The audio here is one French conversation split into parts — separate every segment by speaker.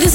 Speaker 1: this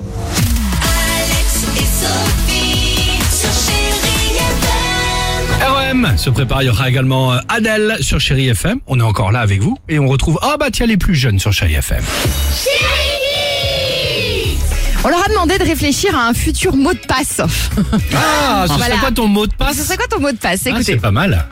Speaker 2: Alex et Sophie sur Chéri FM.
Speaker 3: REM E se prépare, il y aura également euh, Adèle sur Chéri FM. On est encore là avec vous et on retrouve ah bah tiens les plus jeunes sur Chéri FM.
Speaker 4: On leur a demandé de réfléchir à un futur mot de passe.
Speaker 3: Ah, ce
Speaker 4: Voilà.
Speaker 3: serait quoi ton mot de
Speaker 4: Ce
Speaker 3: passe
Speaker 4: serait quoi ton mot de passe
Speaker 3: Ah, c'est
Speaker 4: Écoutez.
Speaker 3: pas mal.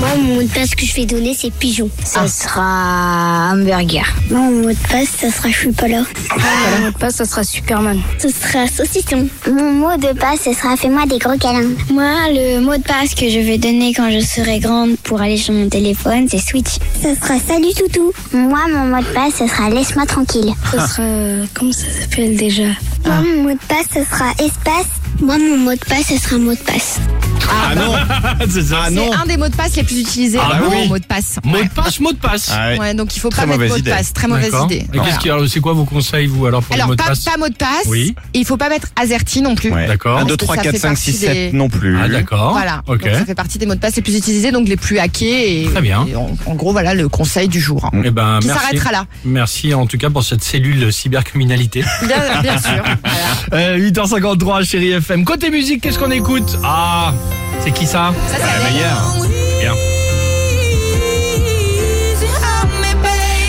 Speaker 5: Moi, mon mot de passe que je vais donner, c'est pigeon. Ça sera hamburger. Moi, mon mot de passe, ça sera je suis pas là. Mon mot de passe, ça sera Superman. Ça sera saucisson. Mon mot de passe, ça sera fais-moi des gros câlins. Moi, le mot de passe que je vais donner quand je serai grande pour aller sur mon téléphone, c'est Switch. Ça sera salut toutou. Moi, mon mot de passe, ça sera laisse-moi tranquille. Ça sera. euh, Comment ça s'appelle déjà Moi, mon mot de passe, ça sera espace. Moi, mon mot de passe, ça sera mot de passe.
Speaker 3: Ah non, c'est ça. Ah
Speaker 4: bah. C'est un des mots de passe les plus utilisés.
Speaker 3: Ah,
Speaker 4: vraiment,
Speaker 3: oui.
Speaker 4: mot de passe.
Speaker 3: Mot de passe, mot de passe.
Speaker 4: Ouais. Ouais, donc il faut pas mettre mot de passe. Très Ah, mauvaise
Speaker 3: D'accord. Et
Speaker 4: idée. Voilà.
Speaker 3: qu'est-ce qu'il y a C'est quoi vos conseils vous alors pour le
Speaker 4: Alors,
Speaker 3: mot de
Speaker 4: pas,
Speaker 3: passe
Speaker 4: pas mot de passe.
Speaker 3: Oui.
Speaker 4: Et il faut pas mettre azerty non plus.
Speaker 3: D'accord.
Speaker 6: 1, 2,
Speaker 4: Parce que
Speaker 6: 3,
Speaker 4: ça
Speaker 6: 4,
Speaker 4: fait
Speaker 6: 5, 6,
Speaker 4: partie
Speaker 6: 7
Speaker 4: des-
Speaker 6: non plus.
Speaker 3: Ah d'accord.
Speaker 4: Voilà.
Speaker 3: Ok.
Speaker 4: Donc, ça fait partie des mots de passe les plus utilisés, donc les plus hackés. Et,
Speaker 3: Très bien.
Speaker 4: et en, en gros, voilà le conseil du jour.
Speaker 3: Eh ben
Speaker 4: Qui
Speaker 3: merci.
Speaker 4: s'arrêtera là.
Speaker 3: Merci en tout cas pour cette cellule cybercriminalité.
Speaker 4: Bien, bien sûr. Voilà.
Speaker 3: Euh, 8h53 Chéri FM. Côté musique, qu'est-ce qu'on écoute Ah, c'est qui ça
Speaker 4: Ça, c'est Adèle.
Speaker 3: Bien.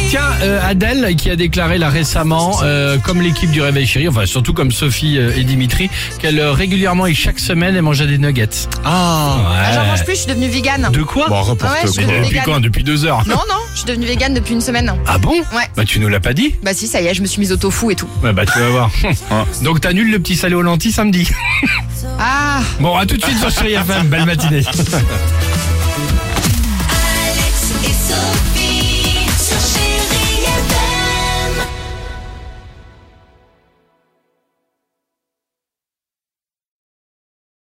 Speaker 3: Tiens, euh, Adèle qui a déclaré là récemment, euh, comme l'équipe du Réveil Chéri, enfin surtout comme Sophie euh, et Dimitri, qu'elle euh, régulièrement et chaque semaine elle mangeait des nuggets.
Speaker 6: Ah
Speaker 4: Ah, J'en mange
Speaker 3: Ouais.
Speaker 4: plus, je suis devenue végane.
Speaker 3: Euh. De quoi
Speaker 6: Bon,
Speaker 4: Ah ouais, je
Speaker 6: reporte
Speaker 4: suis
Speaker 6: quoi.
Speaker 4: devenue
Speaker 3: Depuis
Speaker 4: végane.
Speaker 3: quand Depuis deux heures.
Speaker 4: Non, non, je suis devenue végane depuis une semaine.
Speaker 3: Ah bon
Speaker 4: Ouais.
Speaker 3: Bah tu nous l'as pas dit
Speaker 4: Bah si, ça y est, je me suis mise au tofu et tout.
Speaker 3: Ouais, Bah tu vas voir.
Speaker 6: Ah.
Speaker 3: Donc t'annules le petit salé aux lentilles samedi.
Speaker 4: Ah
Speaker 3: Bon, à tout de suite sur Chéri FM. Belle matinée.